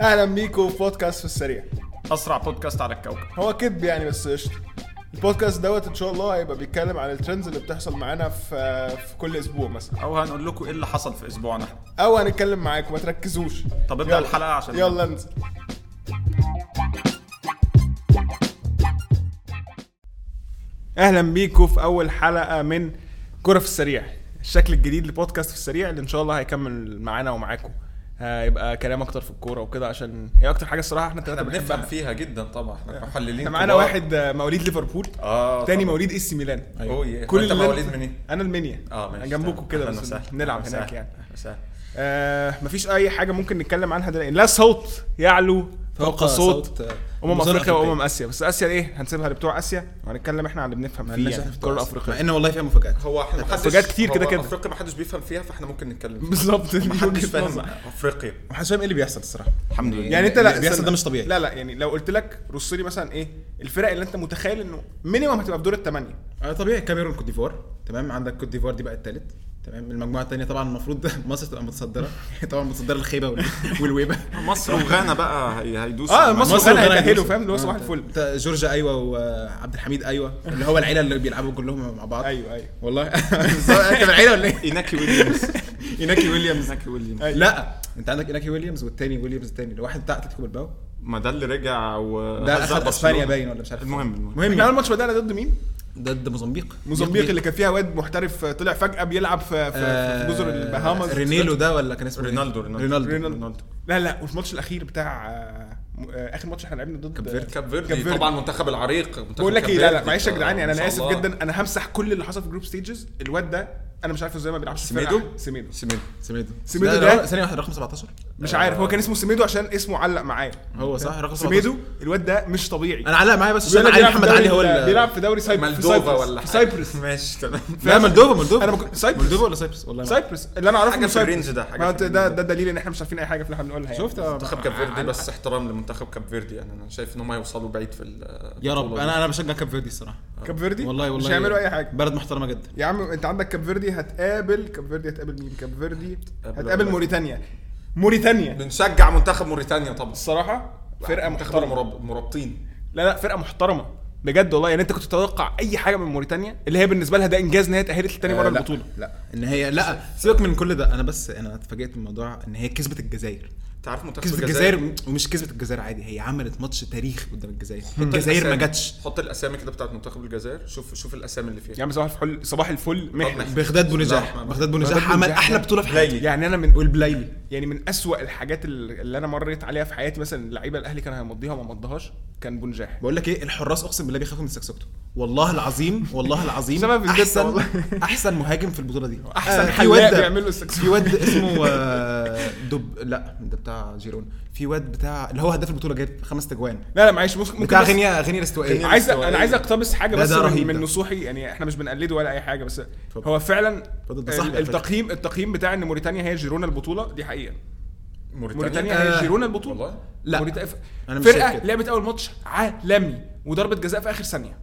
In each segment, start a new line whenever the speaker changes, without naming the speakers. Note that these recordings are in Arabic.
اهلا بيكم في بودكاست في السريع
اسرع بودكاست على الكوكب
هو كدب يعني بس قشطه البودكاست دوت ان شاء الله هيبقى بيتكلم عن الترندز اللي بتحصل معانا في في كل اسبوع مثلا
او هنقول لكم ايه اللي حصل في اسبوعنا
او هنتكلم معاكم ما تركزوش
طب ابدأ
يلا.
الحلقة عشان-
يلا انزل اهلا بيكم في اول حلقه من كره في السريع الشكل الجديد لبودكاست في السريع اللي ان شاء الله هيكمل معانا ومعاكم هيبقى كلام اكتر في الكوره وكده عشان هي اكتر حاجه الصراحه احنا
احنا
التلاته
بنفهم
بنحبها
فيها جدا طبعا احنا محللين
احنا معانا
كبار.
واحد آه، مواليد ليفربول
اه
تاني
طبعاً.
مواليد اس ميلان
أيوة. أوه،
كل
انت
اللي-
مواليد من ايه؟
انا المنيا
اه ماشي
جنبكم
تمام.
كده
أهلا
بس
وسهلا.
نلعب
أهلا
هناك
وسهلا.
يعني
أهلا وسهلا.
آه مفيش اي حاجه ممكن نتكلم عنها دلوقتي لا صوت يعلو فوق صوت امم افريقيا وامم اسيا بس اسيا ايه هنسيبها لبتوع اسيا وهنتكلم احنا عن اللي بنفهم فيه يعني في الكره
مع
الافريقيه
ان والله فيها مفاجات
هو احنا محدش
حاجات كتير
هو
كده كده.
افريقيا محدش بيفهم فيها فاحنا ممكن نتكلم فيها.
بالظبط دي
محدش
وجهة
فاهم
نظر.
افريقيا
محدش فاهم ايه اللي بيحصل الصراحه
الحمد لله.
يعني انت لا
اللي بيحصل
استنى.
ده مش طبيعي
لا لا يعني لو قلت لك رص لي مثلا ايه الفرق اللي انت متخيل انه مينيمم هتبقى في دور الثمانيه
آه طبيعي كاميرون كوت ديفوار تمام عندك كوت ديفوار دي بقى الثالث تمام المجموعه الثانيه طبعا المفروض مصر تبقى متصدره طبعا متصدره الخيبه وال- والويبه
يعني مصر وغانا آه، بقى هي- هيدوسوا
اه
على
مصر
المجموعة.
وغانا
وغانا
هيتاهلوا
هيدوسوا.
فاهم اللي هو
آه،
صباح
أنت-
الفل
أنت جورجيا ايوه وعبد الحميد ايوه اللي هو العيله اللي بيلعبوا كلهم مع بعض
ايوه ايوه
والله انت من العيله ولا ايه؟
ايناكي ويليامز
ايناكي ويليامز
ايناكي ويليامز
أيوة. لا انت عندك ايناكي ويليامز والتاني ويليامز التاني اللي واحد بتاع اتلتيكو بالباو
ما ده اللي رجع و
ده
هزق
اخد
برشلونة.
اسبانيا باين ولا مش عارف
المهم المهم
احنا اول
المهم
ماتش بدانا ضد مين؟
ضد موزمبيق
موزمبيق اللي كان فيها واد محترف آه، طلع فجاه بيلعب في في, في جزر البهامز
آه، رينيلو ده ولا كان اسمه إيه؟
رينالدو- رينالدو.
رينالدو
رينالدو لا لا والماتش الاخير بتاع آه، م- آه، اخر ماتش احنا لعبنا ضد آه،
كاب فيردي.
كاب فيردي طبعا منتخب العريق منتخب
بقول لك
كاب
ايه لا لا
فيردي.
معلش يا جدعان يعني
إن
انا
شاء
اسف
الله.
جدا انا همسح كل اللي حصل في جروب ستيجز الواد ده انا مش عارف ازاي ما بيلعبش في فرقة
سميدو؟
واحدة. سميدو
سميدو
سميدو
سميدو
لا،
ده-
لا، ثانية واحدة رقم 17
مش عارف هو كان اسمه سميدو عشان اسمه علق معايا
هو صح رقم 17
سميدو الواد ده مش طبيعي
انا علق معايا بس عشان
بيقول لك
علي
بيلعب في دوري-
محمد علي هو ال-
بيلعب في دوري سايب- في سايبرس
مالدوفا ولا
في
حاجة.
سايبرس
ماشي تمام
لا مولدوفا مولدوفا
أنا ما كنت- سايبرس.
مولدوفا ولا سايبرس والله ما أعرف.
سايبرس اللي انا اعرفه
حاجة
إنه
في
سايبرس.
الرينج ده، حاجة
ما هو
في الرينج
ده
ده.
ده دليل ان احنا مش عارفين اي حاجه في اللي احنا بنقولها يعني.
شفت آه،
منتخب كاب فيردي بس احترام لمنتخب كاب فيردي يعني انا شايف ان هم هيوصلوا بعيد في ال-
يا رب
البطولة
انا انا بشجع كاب فيردي الصراحه
كاب فيردي
والله يعني. والله
مش هيعملوا اي حاجه
بلد محترمه جدا
يا عم انت عندك كاب فيردي هتقابل كاب فيردي هتقابل مين كاب فيردي
هتقابل-
هتقابل موريتانيا موريتانيا
دي. بنشجع منتخب موريتانيا طبعا
الصراحه فرقه
منتخب
محترمه
المرب- مرابطين
لا لا فرقه محترمه بجد والله يعني انت كنت تتوقع اي حاجه من موريتانيا اللي هي بالنسبه لها ده انجاز ان هي اتاهلت لتاني مره
آه، لا،
البطوله
لا ان هي لا سيبك من كل ده انا بس انا اتفاجئت من موضوع ان هي كسبت الجزائر
انت عارف منتخب
كسبت الجزائر ومش كسبت الجزائر عادي هي عملت ماتش تاريخي قدام الجزائر الجزائر ما
الأسامي.
جاتش
حط الاسامي كده بتاعت منتخب الجزائر شوف شوف الاسامي اللي فيها
يا عم صباح الفل صباح الفل محنه
محنة.
بغداد
لا، ما-
بونجاح بغداد
بغداد
بونجاح عمل
بونجاح
احلى
ده
بطوله في حياتي
قليل.
يعني انا من
والبلايلي
يعني من اسوأ الحاجات ال- اللي انا مريت عليها في حياتي مثلا اللعيبه الاهلي كان هيمضيها وما مضاهاش كان بنجاح
بقول لك ايه الحراس اقسم بالله بيخافوا من سكسوكته والله العظيم والله العظيم
سبب الزيت
احسن
والله.
احسن مهاجم في البطوله دي آه،
أحسن
في
حلاق
واد
بيعمل له
ده-
السكسوكة.
في واد اسمه آه، دب لا ده بتاع جيرون في واد بتاع اللي هو هداف البطوله جايب خمس تجوان
لا لا معلش ممكن
بتاع
بس-
غينيا غينيا الاستوائيه
عايز
مستوى
انا
قليل.
عايز اقتبس حاجه
ده-
بس
ده
من,
رهيب
من
ده.
نصوحي يعني احنا مش بنقلده ولا اي حاجه بس
اتفضل.
هو فعلا
اتفضل، ده
ال-
صاحبي على فكرة.
التقييم التقييم بتاع ان موريتانيا هي جيرونا البطوله دي حقيقه موريتانيا
آه،
هي جيرونا البطوله
والله؟
لا.
موريتانيا ف-
أنا مش شايف
فرقه
كده.
لعبت اول ماتش عالمي وضربه جزاء في اخر ثانيه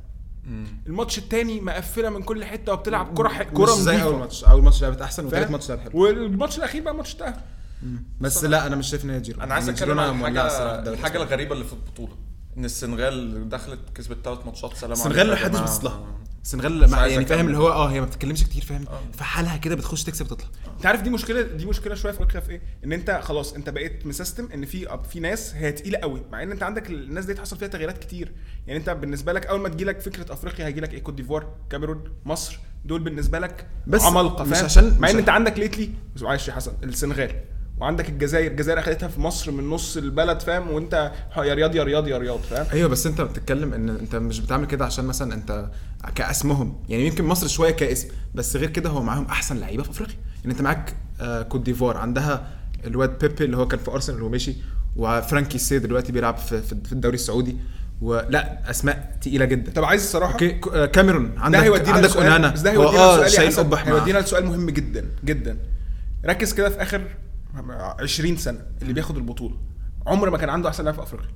الماتش الثاني مقفله من كل حته وبتلعب كره ح- كره
كوره زي اول
نظيفه
ماتش اول ماتش لعبت احسن وثالث
فاهم؟
ماتش لعبت حلو
والماتش الاخير بقى ماتش تاهل
بس لا انا مش شايف ان هي جيرون
انا عايز
يعني
اتكلم
جيرون
عن
مولعة الصراحة
الحاجه
الدوري.
الحاجه الغريبه اللي في البطوله ان السنغال دخلت كسبت ثلاث ماتشات سلام
السنغال
عليكم يا
محدش
جماعة.
باصص لها السنغال مع-
عايز
يعني
أكمل.
فاهم اللي هو اه هي ما بتتكلمش كتير فاهم في حالها كده بتخش تكسب تطلع
انت عارف دي مشكله دي مشكله شويه في افريقيا في ايه؟ ان انت خلاص انت بقيت مسيستم ان في في ناس هي تقيله قوي مع ان انت عندك الناس دي حصل فيها تغييرات كتير يعني انت بالنسبه لك اول ما تجي لك فكره افريقيا هيجي لك ايه كوت ديفوار كاميرون مصر دول بالنسبه لك
بس
عمالقه
مش
فاهم
عشان-
مع
مش
ان انت
عشان-
عندك ليتلي بس معلش يا حسن السنغال وعندك الجزائر الجزائر اخدتها في مصر من نص البلد فاهم وانت يا رياض يا رياض يا رياض فاهم
ايوه بس انت بتتكلم ان انت مش بتعمل كده عشان مثلا انت كاسمهم يعني يمكن مصر شويه كاسم بس غير كده هو معاهم احسن لعيبه في افريقيا يعني انت معاك آه كوت ديفوار عندها الواد بيبي اللي هو كان في ارسنال ومشي وفرانكي السيد دلوقتي بيلعب في, في في الدوري السعودي ولا اسماء تقيله جدا
طب عايز الصراحه
اوكي ك- آه، كاميرون
ده
عندك
هيودينا
عندك آه،
لسؤال-
اونانا
بس ده
هو
هيودينا لسؤال يا
شيء
حسن،
صبح
هيودينا لسؤال مهم جدا جدا ركز كده في اخر 20 سنه اللي بياخد البطوله عمر ما كان عنده احسن لاعب في افريقيا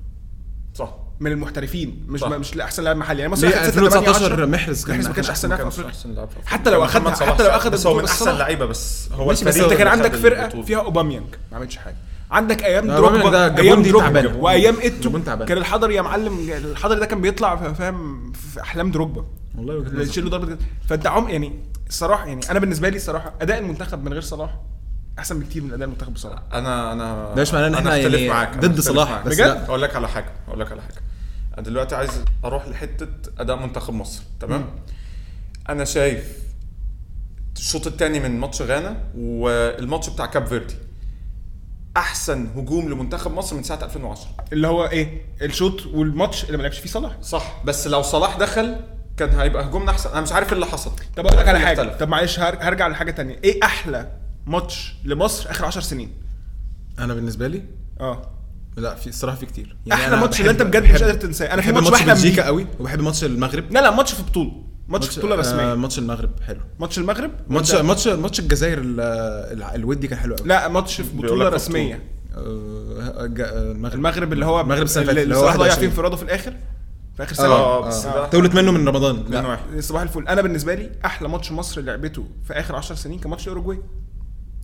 صح
من المحترفين مش
صح.
ما مش احسن لاعب محلي يعني مثلا
ليه 2019 محرز
محرز ما
كان
كانش احسن لاعب في
كانش
افريقيا
أحسن لاعب في أفريقيا.
حتى لو
كان
اخد
محمد صلاح
حتى لو
صلاح.
اخد
بس هو من
البطولة،
احسن
صلاح.
لعيبه بس هو
ماشي بس
الفريق
انت
اللي
كان
خد
عندك فرقه
البطولة.
فيها اوباميانج ما عملتش حاجه عندك ايام
لا، رغم إن ده
دروجبا
جابون
ايام
دي
دروجبا
تعبانة.
وايام اتو
جابون تعبانة.
كان الحضر يا معلم الحضر ده كان بيطلع ف- فاهم في احلام دروجبا
والله وجهة نظر.
تشيل له ضربه جزاء. فانت عم يعني الصراحه يعني انا بالنسبه لي الصراحه اداء المنتخب من غير صلاح احسن بكتير من اداء المنتخب بصلاح
انا انا
ده مش معناه إن
أنا
إحنا
أختلف
يعني
معاك، أنا
ضد
أختلف
صلاح،
معاك.
بس
بجد؟
لا.
اقول لك على حاجه اقول لك على حاجه انا دلوقتي عايز اروح لحته اداء منتخب مصر تمام انا شايف الشوط الثاني من ماتش غانا والماتش بتاع كاب فيردي احسن هجوم لمنتخب مصر من ساعه 2010
اللي هو ايه الشوط والماتش اللي ما لعبش فيه صلاح
صح بس لو صلاح دخل كان هيبقى هجومنا احسن انا مش عارف إيه اللي حصل
طب اقول لك على
اللي
حاجه
اختلف.
طب معلش هر- هرجع لحاجه تانية ايه احلى ماتش لمصر اخر 10 سنين
انا بالنسبه لي
اه
لا في الصراحه في كتير يعني
احلى
أنا
ماتش اللي
بحب-
انت بجد مش
بحب-
قادر تنساه انا في
بحب
ماتش
ماتش
بحلم
بلجيكا
بيه
قوي وبحب ماتش المغرب
لا لا ماتش في بطوله ماتش بطوله
آه،
رسميه
ماتش المغرب حلو
ماتش المغرب
ماتش
وده-
ماتش ماتش الجزائر ال- ال- الودي كان حلو قوي
لا ماتش في
بيقول
بطوله
لك في
رسميه
آه، الج- آه، المغرب
المغرب اللي هو
المغرب السنه اللي فاتت
اللي
اللي هو
صلاح ضيع
21.
فيه انفراده في الاخر في اخر
آه،
سنه
آه،
آه،
بس
آه.
ده-
تولت منه من رمضان لا.
من واحد.
صباح الفل انا بالنسبه لي احلى ماتش مصر لعبته في اخر 10 سنين كان ماتش الاوروجواي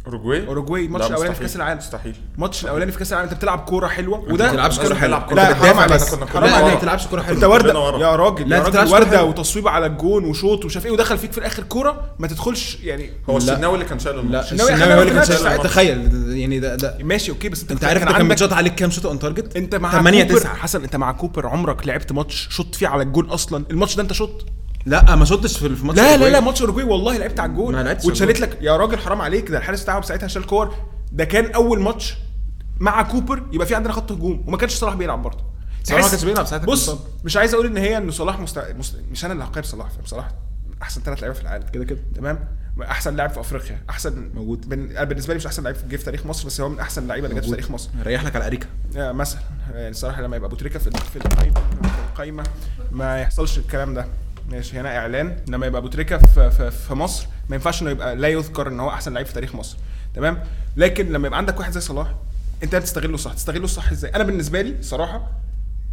اوروجواي
أوروجواي، الماتش
لا،
الأولاني في
مستحيل.
كأس العالم.
مستحيل
الماتش الاولاني في كاس العالم انت بتلعب كوره حلوه
وده
وده
ما بتلعبش كوره
لازم
حلوه
تلعب
انت
كرة حلوة.
بتدافع
حرام
بس
عليك، كنا
لا
بنلعب
لا
ورا.
ما بتلعبش كوره حلوه
انت ورده
كلنا ورا.
يا راجل
لا،
يا
أنت
راجل
بتلعبش كرة
ورده
حلوة.
وتصويب على الجون وشوط ومش عارف ايه ودخل فيك في الاخر كوره ما تدخلش يعني
هو
لا.
الشناوي اللي كان شايل
لا
الماتش
الشناوي
الشناوي هو اللي كان
أخدها
شايل-
بالماتش.
تخيل يعني ده ده
ماشي اوكي بس انت
انت عارف
كان
ده كان
عندك-
بيتشاط عليك كام شوط اون تارجت؟
انت مع
8
كوبر
9
حسن انت مع كوبر عمرك لعبت ماتش شوط فيه على الجون اصلا الماتش ده انت شوط
لا ما شطتش في في ماتش
لا لا
الأوروجواي.
لا ماتش اوروجواي والله لعبت على الجون
ما لعبتش
واتشالت
على
لك يا راجل حرام عليك ده الحارس بتاعهم ساعتها شال كور ده كان اول ماتش مع كوبر يبقى في عندنا خط هجوم وما كانش صلاح بيلعب برضه
صلاح ما
تحس-
كانش بيلعب ساعتها، كان
بص
مصاب.
مش عايز اقول ان هي ان صلاح مست... مست... مش انا اللي هقيم صلاح فاهم صلاح احسن ثلاث لعيبه في العالم
كده كده.
تمام احسن لاعب في افريقيا احسن
موجود.
بن... أنا بالنسبه لي مش احسن لعيب في- جه في تاريخ مصر بس هو من احسن اللعيبه اللي جت في تاريخ مصر
ريح لك على اريكا
آه، مثلا يعني الصراحه لما يبقى ابو تريكه في في القايمه في القايمه ما يحصلش الكلام ده ماشي هنا اعلان لما يبقى ابو تريكه في, في, في مصر ما ينفعش انه يبقى لا يذكر ان هو احسن لعيب في تاريخ مصر تمام لكن لما يبقى عندك واحد زي صلاح انت بتستغله صح تستغله صح ازاي انا بالنسبه لي صراحه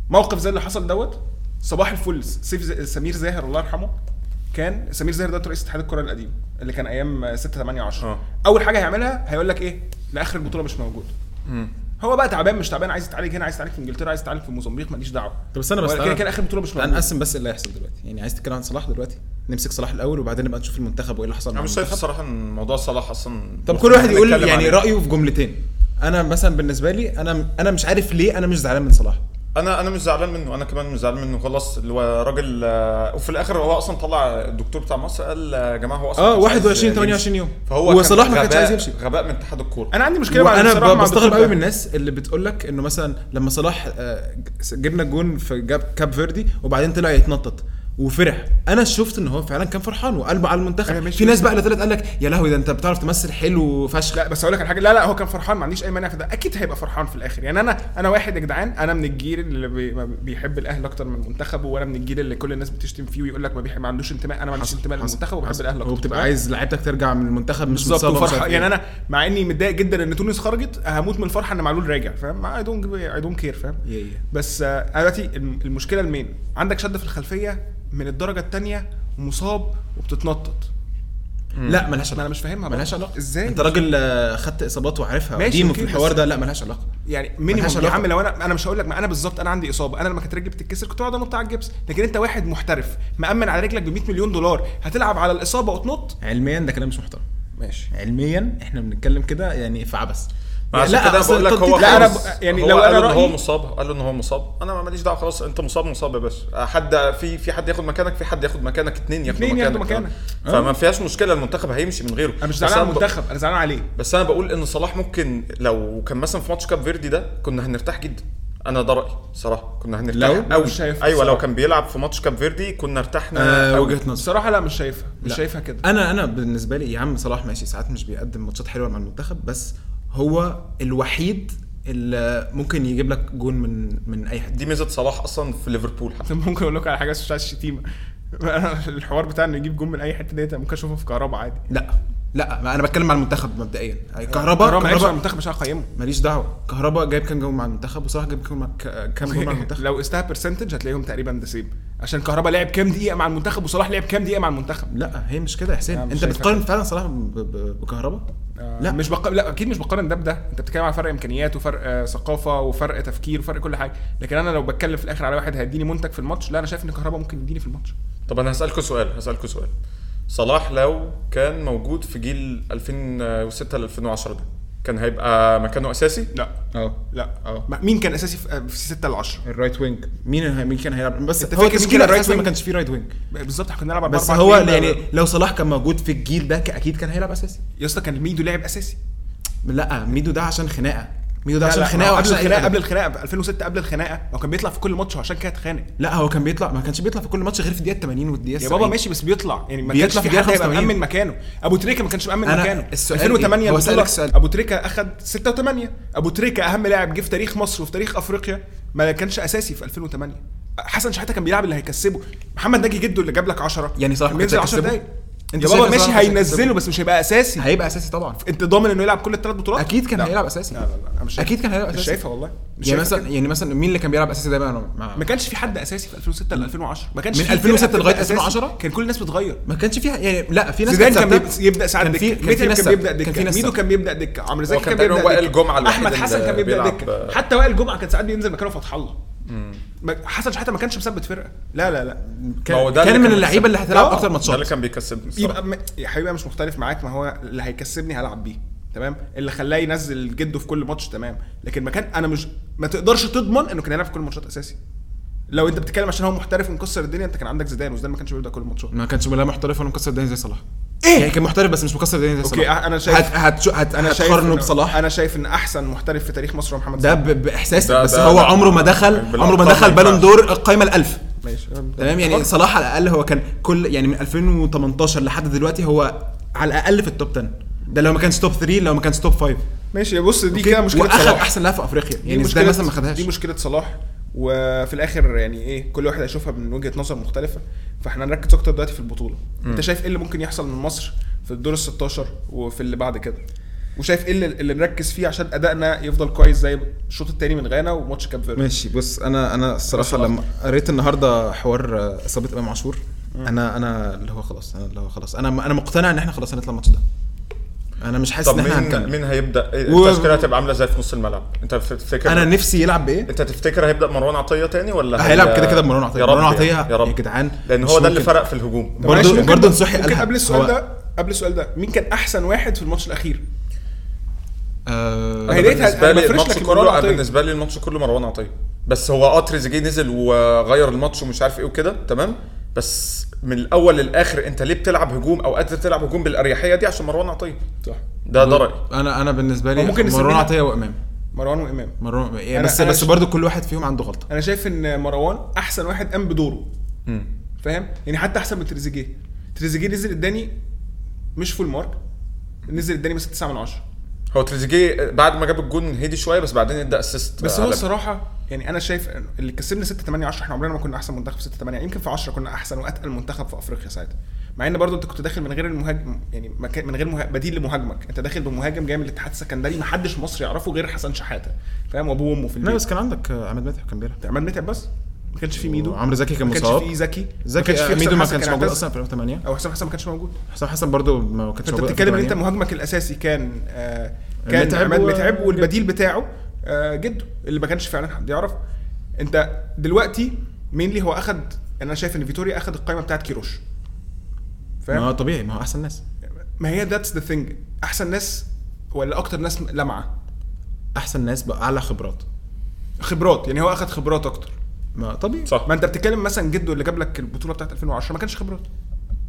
موقف زي اللي حصل دوت صباح الفل سيف ز- سمير زاهر الله يرحمه كان سمير زاهر ده رئيس اتحاد الكره القديم اللي كان ايام 6 8 10
آه.
اول حاجه هيعملها هيقول لك ايه لاخر البطوله مش موجود
مم.
هو بقى تعبان مش تعبان عايز يتعالج هنا عايز يتعالج في انجلترا عايز يتعالج في موزمبيق ماليش دعوه
طب استنى بس
هو كده
تعالى.
كده اخر بطوله مش
تعال
موجود
نقسم بس اللي هيحصل دلوقتي يعني عايز تتكلم عن صلاح دلوقتي نمسك صلاح الاول وبعدين نبقى نشوف المنتخب وايه اللي حصل مع
انا مش شايف
المنتخب.
الصراحه ان موضوع صلاح اصلا
طب كل واحد يقول
نتكلم
يعني
عليه.
رايه في جملتين انا مثلا بالنسبه لي انا انا مش عارف ليه انا مش زعلان من صلاح
انا انا مش زعلان منه انا كمان مش زعلان منه خلاص اللي هو راجل آه، وفي الاخر هو اصلا طلع الدكتور بتاع مصر قال آه، يا جماعه هو اصلا
اه
مش عايز
21
يمشي.
28 يوم
فهو كان
وصلاح ما كانش
غباء-
عايز يمشي
غباء من اتحاد الكوره
انا عندي مشكله مع
وانا
بصراحة
ب-
مع
بستغرب
الدكتور
قوي
ده.
من الناس اللي بتقول لك انه مثلا لما صلاح آه، جبنا جون في جاب كاب فيردي وبعدين طلع يتنطط وفرح انا شفت ان هو فعلا كان فرحان وقلبه على
أنا
المنتخب
ماشي.
في ناس بقى اللي طلعت قال لك يا لهوي ده انت بتعرف تمثل حلو فشخ
لا بس اقول لك على حاجه لا لا هو كان فرحان ما عنديش اي مانع في ده اكيد هيبقى فرحان في الاخر يعني انا انا واحد يا جدعان انا من الجيل اللي بي ما بيحب الاهلي اكتر من منتخبه وانا من الجيل اللي كل الناس بتشتم فيه ويقول لك ما, بيح... ما عندوش انتماء انا ما عنديش انتماء للمنتخب وبحب الاهلي اكتر
وبتبقى
تمام؟
عايز لعيبتك ترجع من المنتخب مش
بالظبط
متصابه مش
وفرحه
عارف
يعني
إيه.
انا مع اني متضايق جدا ان تونس خرجت هموت من الفرحه ان معلول راجع فاهم اي دونت اي دونت كير فاهم
Yeah, yeah.
بس آه، انا دلوقتي الم- المشكله المين عندك شد في الخلفيه من الدرجه الثانيه مصاب وبتتنطط
لا ملهاش
ما انا
علاقه
مش فاهمها
ملهاش
برضه.
علاقه
ازاي
انت راجل آه، خدت اصابات وعارفها
ماشي،
ماشي
أوكي،
في
بس-
الحوار ده لا ملهاش علاقه
يعني
ملهاش
مينيمم يا
علاقة.
عم لو انا انا مش هقول لك ما انا بالظبط انا عندي اصابه انا لما كانت رجلي بتتكسر كنت بقعد انط على الجبس لكن انت واحد محترف مأمن على رجلك ب 100 مليون دولار هتلعب على الاصابه وتنط
علميا ده كلام مش محترم
ماشي
علميا احنا بنتكلم كده يعني في عبث
ما عشان كده
أصل
بقول لك
التنطيط-
هو
لا، أنا
خلاص.
ب- يعني
هو
لو أنا
قالوا ان هو
رأيي-
مصاب قالوا ان هو مصاب انا ماليش دعوه خلاص انت مصاب مصاب يا باشا حد في في حد ياخد مكانك في حد ياخد مكانك اتنين ياخدوا
اتنين ياخدوا
مكانك فما فيهاش مشكله المنتخب هيمشي من غيره
انا مش
بس
زعلان على
ب-
المنتخب انا زعلان عليه
بس انا بقول ان صلاح ممكن لو كان مثلا في ماتش كاب فيردي ده كنا هنرتاح جدا انا ده رايي صراحه كنا هنرتاح
لو-
قوي
مش شايف
ايوه لو
صراحة.
كان بيلعب في ماتش كاب فيردي كنا ارتحنا
آه
قوي.
وجهه نظر
الصراحه لا مش شايفها مش
لا.
شايفها كده
انا انا بالنسبه لي يا عم صلاح ماشي ساعات مش بيقدم ماتشات حلوه مع المنتخب بس هو الوحيد اللي ممكن يجيب لك جون من من اي حد
دي ميزه صلاح اصلا في ليفربول حتى
طب ممكن اقول لكم على حاجه بس مش عايز شتيمه أنا الحوار بتاع انه يجيب جون من اي حته ديت أنا ممكن اشوفه في كهربا عادي
لا لا ما انا بتكلم على المنتخب مبدئيا يعني كهربا
آه، كهربا ما لعبش مع
كهربا
المنتخب مش هقيمه
ماليش دعوه كهربا جايب كام جون مع المنتخب وصلاح جايب كام ك- كام جون مع المنتخب
لو قستها برسنتج هتلاقيهم تقريبا ذا سيم عشان كهربا لعب كام دقيقه مع المنتخب وصلاح لعب كام دقيقه مع المنتخب
لا هي مش كده يا حسين
لا، مش
انت
شايفها
بتقارن فعلا صلاح ب- ب- بكهربا
آه،
لا.
مش بق... لا اكيد مش بقارن ده بده انت بتتكلم على فرق امكانيات وفرق آه، ثقافه وفرق تفكير وفرق كل حاجه لكن انا لو بتكلم في الاخر على واحد هيديني منتج في الماتش لا انا شايف ان كهربا ممكن يديني في الماتش
طب انا هسالكوا سؤال هسالكوا سؤال صلاح لو كان موجود في جيل 2006 ل 2010 ده كان هيبقى مكانه اساسي
لا
اه
لا اه مين كان اساسي في, آه، في 6 ل 10
الرايت وينج مين هي- مين كان هيلعب بس
أنت
هو
فاكر مين
تشكيله
كان الرايت
اساسا ما
وينج؟
كانش فيه رايت وينج
بالظبط احنا كنا بنلعب آه،
بس هو يعني لو صلاح كان موجود في الجيل ده اكيد كان هيلعب اساسي
يا اسطى كان ميدو لاعب اساسي
لا ميدو ده عشان خناقه ميدو ده
لا،
عشان يعني.
لا،
خناقه
ما هو قبل
وعشان
الخناقه
أي حاجة.
قبل الخناقه في 2006 قبل الخناقه هو كان بيطلع في كل ماتش وعشان كده اتخانق
لا هو كان بيطلع ما كانش بيطلع في كل ماتش غير في الدقيقه 80 والدقيقه
يا
70.
بابا ماشي بس بيطلع يعني ما
بيطلع
كانش في
في دقيقة
حد هيبقى
85.
مأمن مكانه ابو تريكه ما كانش مأمن
أنا
مكانه
السؤال
2008
إيه؟ هو
البطولة،
أسألك سؤال.
ابو تريكه اخد 6 و8 ابو تريكه اهم لاعب جه في تاريخ مصر وفي تاريخ افريقيا ما كانش اساسي في 2008 حسن شحاته كان بيلعب اللي هيكسبه محمد ناجي جده اللي جاب لك 10
يعني صلاح ما
بينزل
كانش
10
هيكسبه؟
دقايق
أنت
يا
شايف
بابا
إن
ماشي
صلاح ما كانش
هينزله
هيكسبه؟
بس مش هيبقى اساسي
هيبقى اساسي طبعا
انت ضامن انه يلعب كل الثلاث بطولات
اكيد كان
لا.
هيلعب
لا
اساسي
لا لا انا مش
اكيد كان هيلعب
مش
اساسي
شايفها والله مش
يعني
شايفها
مثلا
كده.
يعني مثلا مين اللي كان بيلعب اساسي ده بقى انا مع-
ما كانش في حد اساسي في 2006 ل 2010 ما كانش
من
في فرقة
2006 لغاية
بتبقى أساسي.
2010
كان كل الناس بتغير
ما كانش فيها يعني لا في ناس
زيدان
كانت
كان
ثابتة.
بيبدأ- يبدا ساعات
كان في-
دكه
كان في
ميدو
ناس
كان بيبدا
ثابتة. كان في
دكه
ناس
ميدو
ثابتة.
كان بيبدا دكه عمرو زكي
هو
كان
كان
بيبدا
تقريباً وائل
دكه
جمعة الوحيد
احمد
اللي
حسن كان بيبدا
بيلعب-
دكه حتى وائل جمعه كان ساعات بينزل مكانه فتح الله ما- حسن شحاته ما كانش مثبت فرقه لا لا لا
ما هو
كان,
ده
كان
اللي
من
كان
اللعيبه اللي هتلعب
آه.
اكتر
ده اللي
ماتشات
كان بيكسبني الصراحة.
يبقى م... يا حبيبي انا مش مختلف معاك ما هو اللي هيكسبني هلعب بيه تمام اللي خلاه ينزل جده في كل ماتش تمام لكن ما كان انا مش ما تقدرش تضمن انه كان هيلعب في كل الماتشات اساسي لو انت بتتكلم عشان هو محترف ومكسر الدنيا انت كان عندك زيدان وزيدان ما كانش بيبدا كل الماتشات
ما كانش ولا محترف ولا مكسر الدنيا زي صلاح
إيه؟
يعني كان محترف بس مش مكسر الدنيا زي
أوكي،
صلاح
أنا شايف-
هت هت هت
انا
انا
شايف
هتقارنه
إنه-
بصلاح
انا شايف ان احسن محترف في تاريخ مصر هو محمد صلاح
ده ب- باحساس
ده-
بس
ده-
هو
ده-
عمره ما دخل
بالأرقام
عمره ما
ما
دخل بالون
ينفعش.
دور القايمه الألف
ماشي
تمام يعني صلاح على الاقل هو كان كل يعني من 2018 لحد دلوقتي هو على الاقل في التوب 10 ده لو ما كانش توب 3 لو ما كانش توب 5
ماشي بص دي كده مشكله
واخد
صلاح
احسن لاعب في افريقيا
دي
يعني زيدان
مشكلة-
مثلا ما خدهاش
دي مشكله صلاح وفي الاخر يعني ايه كل واحد هيشوفها من وجهه نظر مختلفه فاحنا هنركز اكتر دلوقتي في البطوله انت شايف ايه اللي ممكن يحصل من مصر في الدور ال 16 وفي اللي بعد كده وشايف ايه اللي, اللي نركز فيه عشان ادائنا يفضل كويس زي الشوط الثاني من غانا وماتش كاب فيردي
ماشي بص انا انا الصراحه لما قريت النهارده حوار آه، اصابه امام عاشور انا انا اللي هو خلاص انا اللي هو خلاص انا انا مقتنع ان احنا خلاص هنطلع الماتش ده انا مش حاسس
طب
ان احنا
مين
هنكمل
مين هيبدا إيه
و-
التشكيله هتبقى عامله ازاي في نص الملعب انت تفتكر
انا نفسي يلعب بايه
انت تفتكر هيبدا مروان عطيه تاني ولا
هيلعب
هي-
كده كده بمروان عطية.
يا رب
مروان
يعني،
عطية
يا رب
يا جدعان
لان
مش
هو ده اللي
ممكن.
فرق في الهجوم
برضه-
معلش، ممكن-
برضه نصوحي
ممكن
قالها.
قبل السؤال
هو-
ده قبل السؤال ده مين كان احسن واحد في الماتش الاخير؟
آه،
يا
انا
ريت
بالنسبه
أنا
لي
بفرش
الماتش
لك طيب؟ مروان
كله
عطية.
بالنسبه لي الماتش كله مروان عطيه بس هو اه تريزيجيه نزل وغير الماتش ومش عارف ايه وكده تمام بس من الاول للاخر انت ليه بتلعب هجوم او قادر تلعب هجوم بالاريحيه دي عشان مروان عطيه
صح
ده ده رايي
انا انا بالنسبه لي
ممكن
مروان
نسميها-
عطيه وامام
مروان وامام
مروان يعني
أنا-
بس
أنا
بس
ش-
برضه كل واحد فيهم عنده غلطه
انا شايف ان مروان احسن واحد قام بدوره فاهم يعني حتى احسن من تريزيجيه تريزيجيه نزل اداني مش فول مارك نزل اداني مثلا 9 من 10
هو تريزيجيه بعد ما جاب الجون هدي شويه بس بعدين ادى اسيست
بس هو الصراحه يعني انا شايف إن اللي كسبنا 6 8 10 احنا عمرنا ما كنا احسن منتخب في 6 8 يمكن في 10 كنا احسن واتقل منتخب في افريقيا ساعتها مع ان برضه انت كنت داخل من غير المهاجم يعني ما كان- من غير مه... بديل لمهاجمك انت داخل بمهاجم جاي من الاتحاد السكندري ما حدش مصري يعرفه غير حسن شحاته فاهم وابوه وامه في
لا
البيت
بس كان عندك آه، عماد متعب كان بيلعب
عماد متعب بس ما كانش في ميدو
وعمرو زكي كان
ما كانش
مصاب.
في زكي ما
زكي
كانش في
آه،
حسام
ميدو ما
حسن
كانش
كان
موجود
اعتزل.
اصلا في 2008
او حسام حسن ما كانش موجود
حسام حسن برضه ما كانش
انت
موجود يعني.
بتتكلم ان انت
2008.
مهاجمك الاساسي كان آه كان
متعب
عماد
و-
متعب
جد.
والبديل بتاعه آه جده اللي ما كانش فعلا حد يعرف انت دلوقتي مينلي هو اخد انا شايف ان فيتوريا اخد القائمه بتاعت كيروش
ما هو
فاهم
طبيعي ما هو احسن ناس
ما هي ذاتس ذا ثينج احسن ناس ولا اكتر ناس لمعه
احسن ناس باعلى خبرات
خبرات يعني هو اخد خبرات اكتر
ما طبيعي
صح
ما انت بتتكلم مثلا جده اللي جاب لك البطوله بتاعت 2010 ما كانش خبرات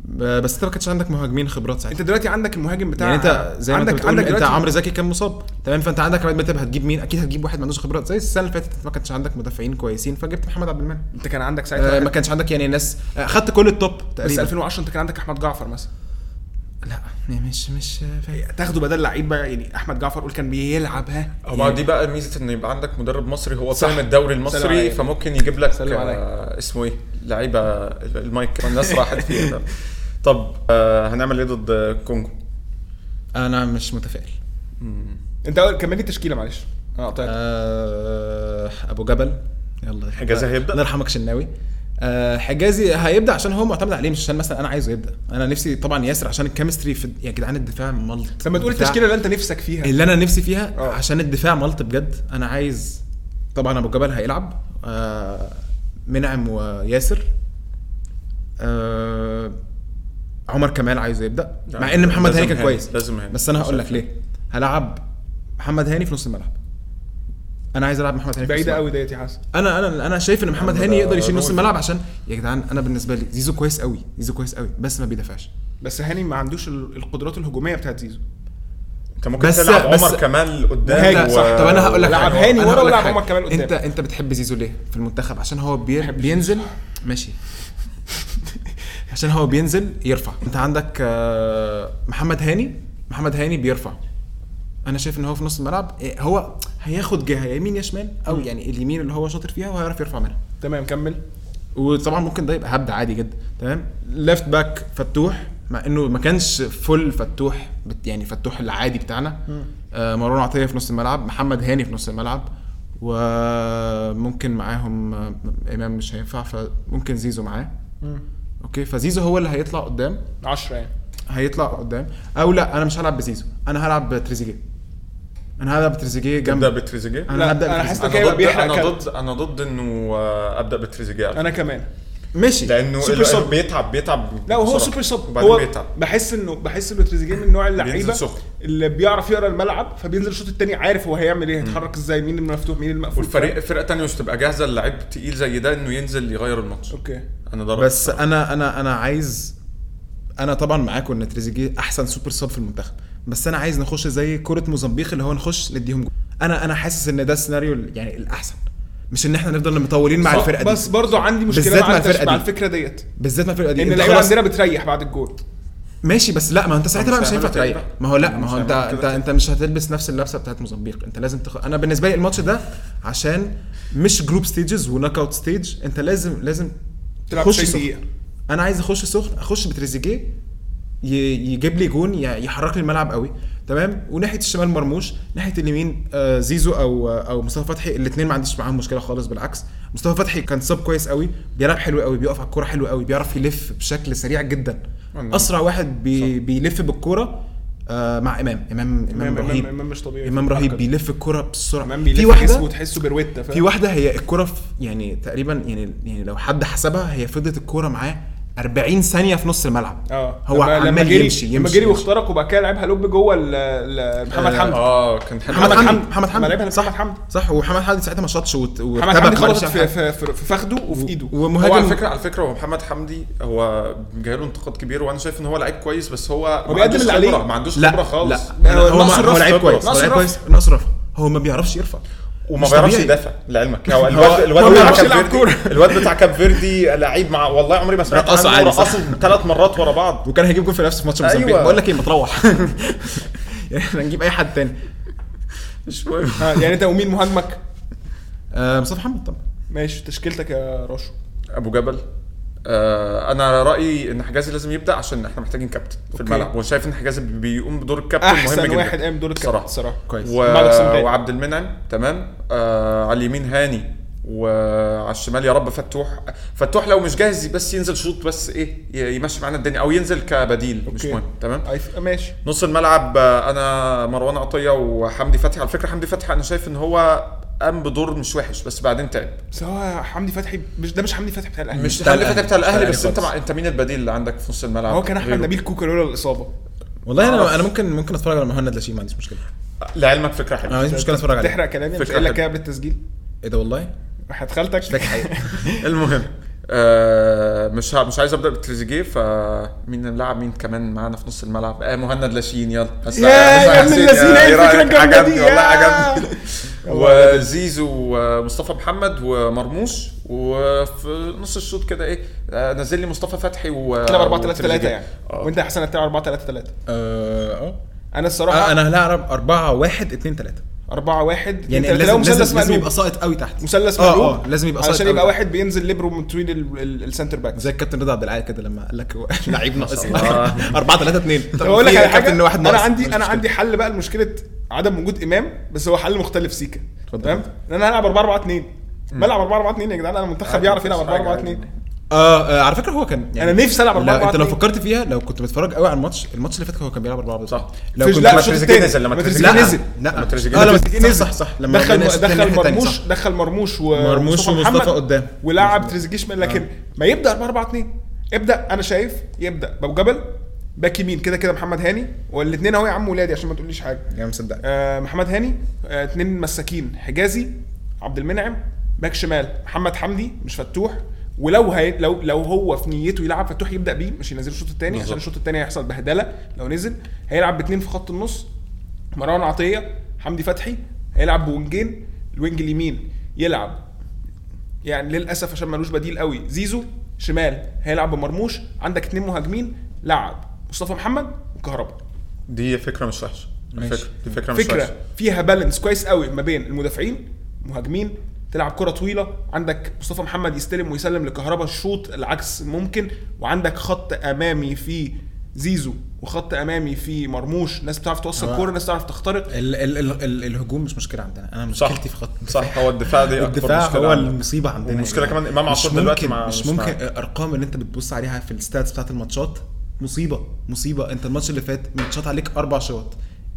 ب- بس انت ما كانش عندك مهاجمين خبرات ساعتها
انت دلوقتي عندك المهاجم بتاع
يعني انت زي ما انت
عندك
بتقول
عندك
انت
دلوقتي-
عمرو زكي كان مصاب تمام فانت عندك عماد متعب هتجيب مين اكيد هتجيب واحد ما عندوش خبرات زي السنه اللي فاتت انت ما كانش عندك مدافعين كويسين فجبت محمد عبد المنعم
انت كان عندك ساعتها
آه،
واحد-
ما كانش عندك يعني ناس آه، خدت كل التوب
بس
تقريبا
2010 انت كان عندك احمد جعفر مثلا
لا يعني مش مش آه، فاهم.
تاخده بدل لعيب بقى يعني احمد جعفر قول كان بيلعب ها
هو ما دي بقى ميزه ان يبقى عندك مدرب مصري هو
صح.
فاهم الدوري
سلام عليك.
المصري فممكن يجيب لك
سلام عليك.
آه اسمه ايه لعيبه المايك الناس راحت فيها ده. طب آه هنعمل ايه ضد الكونجو
انا مش متفائل
يعني انت اول كمل لي التشكيله معلش طيب. انا قطعت
آه، ابو جبل يلا
حجازي هيبدأ؟
الله يرحمك شناوي آه، حجازي هيبدا عشان هو معتمد عليه مش عشان مثلا انا عايزه يبدا انا نفسي طبعا ياسر عشان الكيمستري في يا جدعان الدفاع ملط
لما تقول
الدفاع-
التشكيله اللي انت نفسك فيها
اللي انا نفسي فيها
آه.
أوه. عشان الدفاع ملط بجد انا عايز طبعا ابو جبل هيلعب آه منعم وياسر آه عمر كمال عايزه يبدا
لا،
مع ان محمد
لازم
هاني كان
هاني،
كويس
لازم هاني.
بس انا هقول لك ليه هلعب محمد هاني في نص الملعب انا عايز العب محمد هاني في نص
بعيده
الملعب.
قوي ديت يا حسن
انا انا انا شايف ان محمد
محمد آه،
هاني يقدر يشيل
روح
نص
فيه.
الملعب عشان يا جدعان انا بالنسبه لي زيزو كويس قوي زيزو كويس قوي بس ما بيدافعش
بس هاني ما عندوش ال- القدرات الهجوميه بتاعت زيزو
انت ممكن
بس-
تلعب
بس-
عمر كمال
مهاجم
قدام
صح طب انا هقول لك
لعب
حاجة.
هاني
أنا
ورا
هقول لك
ولعب
حاجة.
عمر كمال قدام.
انت انت بتحب زيزو ليه في المنتخب عشان هو بير...
بحب
بينزل ماشي عشان هو بينزل يرفع انت عندك آه، محمد هاني محمد هاني بيرفع انا شايف ان هو في نص الملعب إيه، هو هياخد جهه يا يمين يا شمال او يعني اليمين اللي هو شاطر فيها وهيعرف يرفع منها
تمام كمل
وطبعا ممكن ده يبقى هبد عادي جدا تمام ليفت باك فتوح مع انه ما كانش فل فتوح بت- يعني فتوح العادي بتاعنا آه مروان عطيه في نص الملعب محمد هاني في نص الملعب وممكن معاهم آه، امام مش هينفع فممكن زيزو معاه اوكي فزيزو هو اللي هيطلع قدام
10 يعني
هيطلع قدام او لا انا مش هلعب بزيزو انا هلعب بتريزيجيه انا هلعب بتريزيجيه
ابدا
جنب
بتريزيجيه
انا
لا،
هبدا
أنا
بتريزيجيه.
حاسس- كده
انا ضد
بيحرق
انا
كارت.
ضد انا ضد انه آه، ابدا بتريزيجيه
انا كمان
ماشي
لانه
سوبر
ال- ال-
سوب.
بيتعب بيتعب
لا وهو
بسرعة.
سوبر سب
وبعدين
هو
بيتعب
بحس انه بحس انه تريزيجيه من نوع
بينزل
اللعيبه
سخن.
اللي بيعرف يقرا الملعب فبينزل الشوط الثاني عارف هو هيعمل ايه هيتحرك ازاي مين المفتوح مين المقفول
والفريق فرقه تانية مش تبقى جاهزه للعيب تقيل زي ده انه ينزل يغير الماتش
اوكي
انا ده رأيي.
بس انا انا انا عايز انا طبعا معاكم ان تريزيجيه احسن سوبر سب في المنتخب بس انا عايز نخش زي كره موزمبيق اللي هو نخش نديهم جول انا انا حاسس ان ده السيناريو ال- يعني الاحسن مش ان احنا نفضل مطولين مع
صح،
الفرقه دي
بس برضو عندي مشكله
بالذات
مع,
مع
التش-
الفرقة
مع
دي.
الفكره ديت
بالذات مع الفرقه دي
ان
انت
اللعيبه
خلاص-
عندنا بتريح بعد الجول
ماشي بس لا ما انت ساعتها
مش
بقى مش
هيعملوا
هينفع
كده
تريح
بقى.
ما هو لا
مش
ما هو انت
هيعملوا
انت
كده
انت مش هتلبس نفس اللبسه بتاعت موزمبيق انت لازم تخ... انا بالنسبه لي الماتش ده عشان مش جروب ستيجز وناك اوت ستيج انت لازم لازم
تلعب
تخش
90
سخن.
دقيقة.
انا عايز اخش سخن اخش بتريزيجيه ي- يجيب لي جون ي- يحرك لي الملعب قوي تمام وناحيه الشمال مرموش ناحيه اليمين آه، زيزو او او مصطفى فتحي الاثنين ما عنديش معاهم مشكله خالص بالعكس مصطفى فتحي كان سب كويس قوي بيلعب حلو قوي بيقف على الكوره حلو قوي بيعرف يلف بشكل سريع جدا
والله.
اسرع واحد بي بيلف بالكوره آه، مع امام امام امام
إمام-
رهيب
إمام- إمام مش طبيعي.
امام رهيب
بيتحرك.
بيلف الكوره بسرعه
تمام
في
بيلف
واحده
جسمه وتحسه بروته
في واحده هي الكره في يعني تقريبا يعني يعني لو حد حسبها هي فضلت الكوره معاه 40 ثانيه في نص الملعب
اه
هو
لما- لما
عمال
جري-
يمشي يمشي
لما جري
يمشي.
واخترق وبعد كده لعبها لوب جوه ال- ال- محمد
آه،
حمدي
اه كان حلو
محمد
محمد
حمدي
حمدي.
محمد
لما لعبها
حمدي
لمحمد
صح
حمدي.
صح ومحمد حمدي ساعتها ما شاطش وت-
محمد
وارتبك
حمدي
معلش
خبطت
على
في,
حاجة.
في, في, في فخده وفي ايده
هو على
ومهاجم
فكره على فكره هو محمد حمدي هو جاي له انتقاد كبير وانا شايف ان هو لعيب كويس بس هو ما
بيقدم
عندوش
اللي
خبرة،
عليه.
ما عندوش
لا
خبره خالص
لا
هو
هو,
ناصر
هو
رف-
لعيب كويس هو
ناصر
لعيب
رف.
كويس ناصر رفع هو ما بيعرفش يرفع
وما
مش
بيعرفش
طبيعي.
يدافع لعلمك هو
هو-
الواد الواد
هو ما
بتاع
بيعرفش
كاب
يلعب
فيردي-
كورة.
الواد بتاع كاب فيردي لعيب مع والله عمري ما سمعت
رقصه
عنه
عادي، صح؟
رقصه ثلاث مرات ورا بعض
وكان هيجيب جول في نفسه في ماتش موزمبيق
أيوة.
بقول لك ايه ما تروح يعني احنا نجيب اي حد تاني
مش مهم
آه، يعني انت ومين مهاجمك؟
آه، مصطفى محمد طبعا
ماشي تشكيلتك يا راشو
ابو جبل آه انا رايي ان حجازي لازم يبدا عشان احنا محتاجين كابتن في الملعب وشايف ان حجازي بيقوم بدور الكابتن مهم
احسن
جدا
واحد قام دور الكابتن
صراحة.
الصراحه
كويس.
و...
بعد حسام غالي.
وعبد المنعم تمام آه على اليمين هاني وعلى الشمال يا رب فتوح فتوح لو مش جاهز بس ينزل شوط بس ايه ي- يمشي معانا الدنيا او ينزل كبديل مش
أوكي.
مهم تمام
عايز- ماشي
نص الملعب آه، انا مروان عطيه وحمدي فتحي على فكره حمدي فتحي انا شايف ان هو قام بدور مش وحش بس بعدين تعب
بس هو حمدي فتحي مش ده مش حمدي فتحي بتاع الاهلي
مش
بتاع
حل فتح
الأهلي.
بتاع الاهلي
الأهلي
بس انت
خالص.
مع... انت مين البديل اللي عندك في نص الملعب
هو كان احمد
غيره؟
نبيل كوكا لولا الاصابه
والله انا
معرفش.
انا ممكن ممكن اتفرج على مهند لاشين ما عنديش مشكله
لعلمك فكره
انا ما
حلوه
عنديش مشكله اتفرج عليه
تحرق كلامي مش
فكرة
قايل لك
حلوة.
قبل التسجيل
ايه ده والله
راحت خالتك
ده حقيقي
المهم آه مش ه... مش عايز ابدا بتريزيجيه فمين اللاعب مين كمان معانا في نص الملعب آه مهند لاشين يلا بس-
يا
بس
يا ابن
حسين،
اللذينة، إيه
إيه
الفكرة
رأيك؟
الجامدة دي؟
عجبني، والله
يا.
عجبني وزيزو ومصطفى محمد ومرموش وفي نص الشوط كده ايه آه، نزل لي مصطفى فتحي و
تلعب 4 3 3
وتريزيجيه.
يعني
آه.
وانت يا حسن هتلعب 4 3 3
اه
انا
آه،
الصراحه
انا هلعب 4 1 2 3
4 1
يعني لازم لازم, لازم يبقى ساقط قوي تحت
مثلث
آه،
مقلوب
آه، لازم يبقى سايد
عشان
قوي
يبقى
تحت.
واحد بينزل ليبرو من طويل ال- ال- السنتر باك
زي الكابتن رضا عبد العال كده لما قال لك هو لعيب ناقص
الله.
4 3 2
طب اقول لك على حاجه
ان واحد
انا
ناقص
عندي
مش
انا
مشكلة.
عندي حل بقى لمشكله عدم وجود امام بس هو حل مختلف سيكا
اتفضل.
تمام ان انا هلعب 4 4 2 بلعب 4 4 2 يا جدعان انا منتخب
عادي،
يعرف يلعب 4
مفيش حاجة،
4
عادي.
2
آه, اه على فكره هو كان
انا نفسي العب 4
لا
4
انت لو
2.
فكرت فيها لو كنت بتتفرج قوي على الماتش الماتش اللي فات هو كان بيلعب 4
صح.
لو
فيش-
كنت
لا،
لا
الشوط
تريزيجيه
التاني.
نزل، لما
لما
تريزيجيه
تريزيجيه
لا
نزل
لا
لما تريزيجيه
اه لما
نزل.
تريزيجيه نزل صح صح لما
دخل
الناس التانية
دخل
ناحية تانية،
مرموش
صح.
دخل مرموش و
مرموش
ومصطفى
ومصطفى آه.
محمد
قدام.
ولعب تريزيجيه شمال لكن ما يبدا 4 4 2 ابدا انا شايف يبدا بابو جبل باك يمين كده كده محمد هاني والاثنين اهو يا عم ولادي عشان ما تقوليش حاجه
يا مصدق
آه، محمد هاني آه، اتنين مساكين حجازي عبد المنعم باك شمال محمد حمدي مش فتوح ولو هي لو لو هو في نيته يلعب فتوح يبدا بيه مش ينزل الشوط الثاني عشان
بالظبط.
الشوط الثاني هيحصل بهدله لو نزل هيلعب باتنين في خط النص مروان عطيه حمدي فتحي هيلعب بونجين الوينج اليمين يلعب يعني للاسف عشان ملوش بديل قوي زيزو شمال هيلعب بمرموش عندك اتنين مهاجمين لعب مصطفى محمد وكهربا
دي فكره مش وحشه على
ماشي.
فكره دي فكره مش
فكره
وحشه
فيها بالانس كويس قوي ما بين المدافعين مهاجمين تلعب كره طويله عندك مصطفى محمد يستلم ويسلم لكهربا الشوط العكس ممكن وعندك خط امامي فيه زيزو وخط امامي فيه مرموش ناس بتعرف توصل
آه.
كوره ناس بتعرف تخترق
ال ال ال ال الهجوم مش مشكله عندنا انا
صح
مشكلتي في خط
صح هو الدفاع دي اكبر
الدفاع
مشكله
هو
عندنا.
المصيبه عندنا
والمشكلة
يا جماعة.
كمان إمام عاشور
مش
دلوقتي
ممكن-
مع-
مش
مش
ممكن
معاه.
الارقام اللي انت بتبص عليها في الستاتس بتاعت الماتشات مصيبه مصيبه انت الماتش اللي فات ماتشات عليك اربع شوط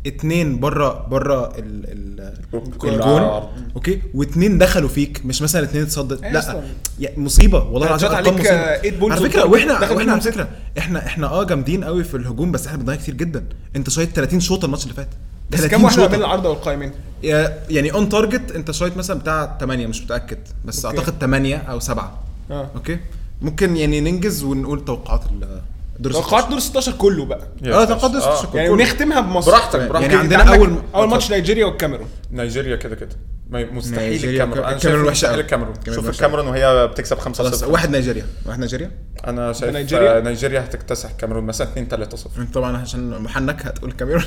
اتنين بره بره ال ال
والكرة على
الجون
العرض.
اوكي واتنين دخلوا فيك مش مثلا اتنين اتصدت
إيه
لا
أصلاً؟
يعني مصيبه والله
أنت
العظيم
جات
ارقام
عليك،
مصيبه
آه، eight balls
على فكره
والجون
واحنا
دخل
واحنا على
منهم
فكره احنا احنا اه جامدين قوي في الهجوم بس احنا بنضيع كتير جدا انت شايط 30 شوطه الماتش اللي فات
بس
30
كام واحده
شوطة.
بين العارضه والقائمين
يا- يعني اون تارجت انت شايط مثلا بتاع 8 مش متاكد بس
أوكي.
أوكي. اعتقد 8 او 7
اه
اوكي ممكن يعني ننجز ونقول توقعات ال- الدور
توقعات دور 16 كله بقى
يا
اه
فاش.
توقعات دور
آه.
16
يعني
كله.
ونختمها بمصر
براحتك
يعني
براحتك
يعني
عندنا
عندنا
أول-
اول اول ماتش نيجيريا والكاميرون
نيجيريا كده كده ما- مستحيل
نيجيريا
الكاميرون انا شايف
الكاميرون وحشة
مستحيل
أوي.
الكاميرون
الكاميرون
شوف
وحشة أوي.
الكاميرون وهي بتكسب 5
خلاص
0
واحد نيجيريا واحد نيجيريا
انا شايف
نيجيريا؟
آه، نيجيريا هتكتسح الكاميرون مثلا 2 3 0
انت طبعا عشان محنك هتقول كاميرون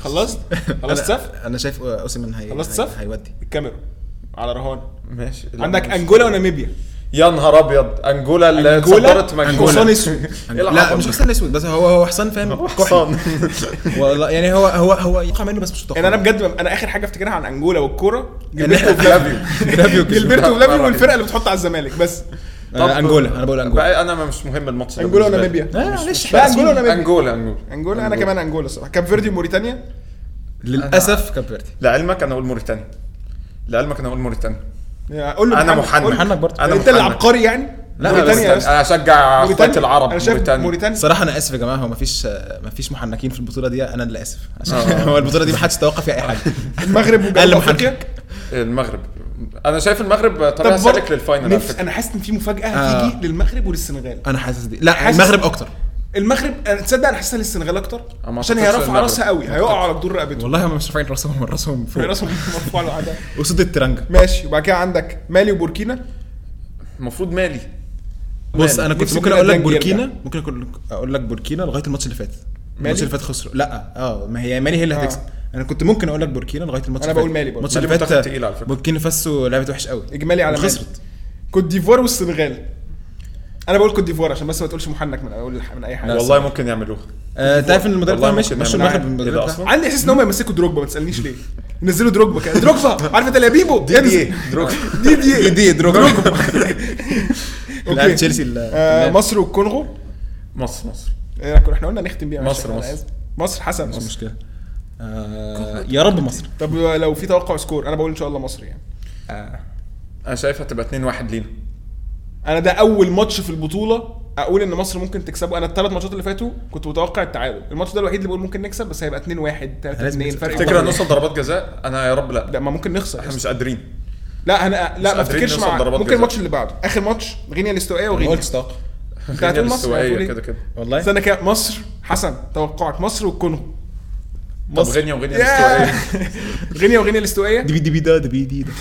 خلصت خلصت
أنا-
صف
انا شايف اوسيمان هي
خلصت
هي-
صف؟
هيودي
الكاميرون على رهان
ماشي لا،
عندك
مش-
انجولا وناميبيا
يا نهار ابيض انجولا اللي
انجولا
صدرت إيه مجهول
حصان اسود
لا مش حسين اسود بس هو هو حسام فاهم كحل.
حصان
والله يعني هو هو هو يقع منه بس مش متوقع
يعني انا بجد انا اخر حاجه افتكرها عن انجولا والكوره جلبرتو
فلافيو
جرابيو كده.
جلبرتو فلافيو
طبعاً.
والفرقه اللي بتحط على الزمالك بس
طب-
آه، انجولا انا بقول انجولا
بقى انا مش مهم الماتش ده
انجولا
بالنسبة
وناميبيا
لي.
آه، معلش
بقى
بس
انجولا وناميبيا
انجولا انجولا
انجولا انا كمان انجولا الصراحه كاب فيردي وموريتانيا
للاسف كاب فيردي
لعلمك انا اقول موريتانيا لعلمك انا اقول موريتانيا
يعني قول له
انا محنك
قول له.
محنك برضه.
انا
انت اللي
محنك.
عبقري يعني
لا
موريتانيا يا
موريتانيا
اسطى.
انا اشجع
موريتانيا.
اخواتي العرب
انا شايف
موريتانيا
موريتانيا
صراحة أنا آسف يا جماعة هو مفيش مفيش محنكين في البطولة دي أنا اللي آسف عشان
آه.
هو البطولة دي محدش توقف فيها أي حاجة
المغرب وجنوب
أقل
افريقيا
محنك.
المغرب انا شايف المغرب طريقه
برضه
سالك للفاينل على
نفس
فكره
انا حاسس ان في مفاجاه
آه.
هتيجي للمغرب وللسنغال
أنا حاسس دي لا
حاسس-
المغرب أكتر
المغرب انا تصدق انا حاسسها للسنغال اكتر
ما
عشان هي
أعتقدش
رافعه
المغرب.
راسها قوي هيقعوا على جدور رقبته
والله هم مش رافعين راسهم هم راسهم فوق
راسهم مرفوع له عادة.
قصاد الترنجة
ماشي وبعد كده عندك مالي وبوركينا
المفروض مالي
بص
مالي.
أنا كنت
نفسي
ممكن
بينا
أقول لك
دانج يرجع.
بوركينا ممكن أقول لك- أقول لك بوركينا لغاية الماتش اللي فات الماتش اللي فات خسروا لا اه ما هي مالي هي اللي
آه.
هتكسب انا كنت ممكن اقول لك بوركينا لغايه الماتش
أنا
اللي
بقول
فات.
مالي برضه.
الماتش اللي
مالي منتخب
فات
تقيل على فكرة.
بوركينا فاسو لعبت وحش قوي
اجمالي على مالي.
خسرت
كوت ديفوار والسنغال انا بقول كوت ديفوار عشان بس ما تقولش محنك من اول من اي حاجه
والله ممكن يعملوها
انت عارف ان آه، المدرب
والله
بتاعهم ماشي
ممكن
مشوا
نعمل
المغرب
معاهم
المدرب
كده
بتاعهم.
أصلاً.
عندي احساس ان هم يمسكوا دروجبا ما تسالنيش ليه ينزلوا دروجبا كده دروجبا عارف انت لابيبو دي
دي
دي دي دي دروجبا
لاعب تشيلسي ال-
آه،
اللاعب.
مصر والكونغو
مصر مصر
إيه، احنا قلنا نختم بيها
مصر،
أنا
مصر.
آسف. مصر حسن
مش
مصر
مشكله آه يا رب مصر
طب لو في توقع سكور انا بقول ان شاء الله مصر يعني
انا شايف هتبقى 2 1 لينا
انا ده اول ماتش في البطوله اقول ان مصر ممكن تكسبه انا الثلاث ماتشات اللي فاتوا كنت متوقع التعادل الماتش ده الوحيد اللي بقول ممكن نكسب بس هيبقى 2 1 3
لازم
2
نكسب.
فرق
تفتكر
واحد.
هنوصل ضربات جزاء انا يا رب لا
ده ما ممكن نخسر
احنا مش قادرين
لا انا لا ما
قادرين
افتكرش
نوصل
مع
ضربات
ممكن
جزاء.
الماتش اللي بعده اخر ماتش غينيا الاستوائيه
ما
وغينيا
قلتش توقع
أنت
غينيا
هتقول مصر، هتقول
الاستوائيه
إيه؟
كده كده
والله
استنى كده مصر حسن توقعك مصر والكونغو
طب غينيا وغينيا
ياه.
الاستوائيه
غينيا وغينيا الاستوائيه
دي بي دي بي ده دي بي دي ده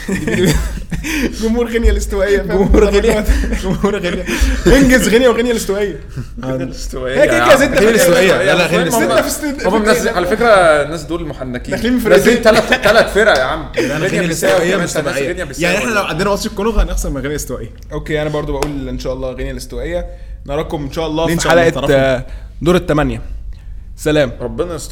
جمهور غينيا الاستوائيه فاهم؟
جمهور غينيا جمهور غينيا
انجز غينيا وغينيا الاستوائية
الاستوائيه
هي كده كده زدنا
غينيا الاستوائية. لا، لا، غينيا
زدنا
الاستوائية.
في ستيد
هم منزل على فكره الناس دول محنكين
داخلين من فرقتين.
نازلين ثلاث ثلاث فرق يا عم
غينيا
بالساوي
الاستوائيه
كمان،
مش
أنت نازل
طبيعيه
غينيا
يعني
بالساوي.
احنا لو عندنا ماتش الكونغو هنخسر من غينيا الاستوائيه
اوكي انا برضو بقول ان شاء الله غينيا الاستوائية نراكم ان شاء الله
إن
في
شاء الله
حلقة
طرفنا.
آه، دور الثمانية سلام
ربنا يستر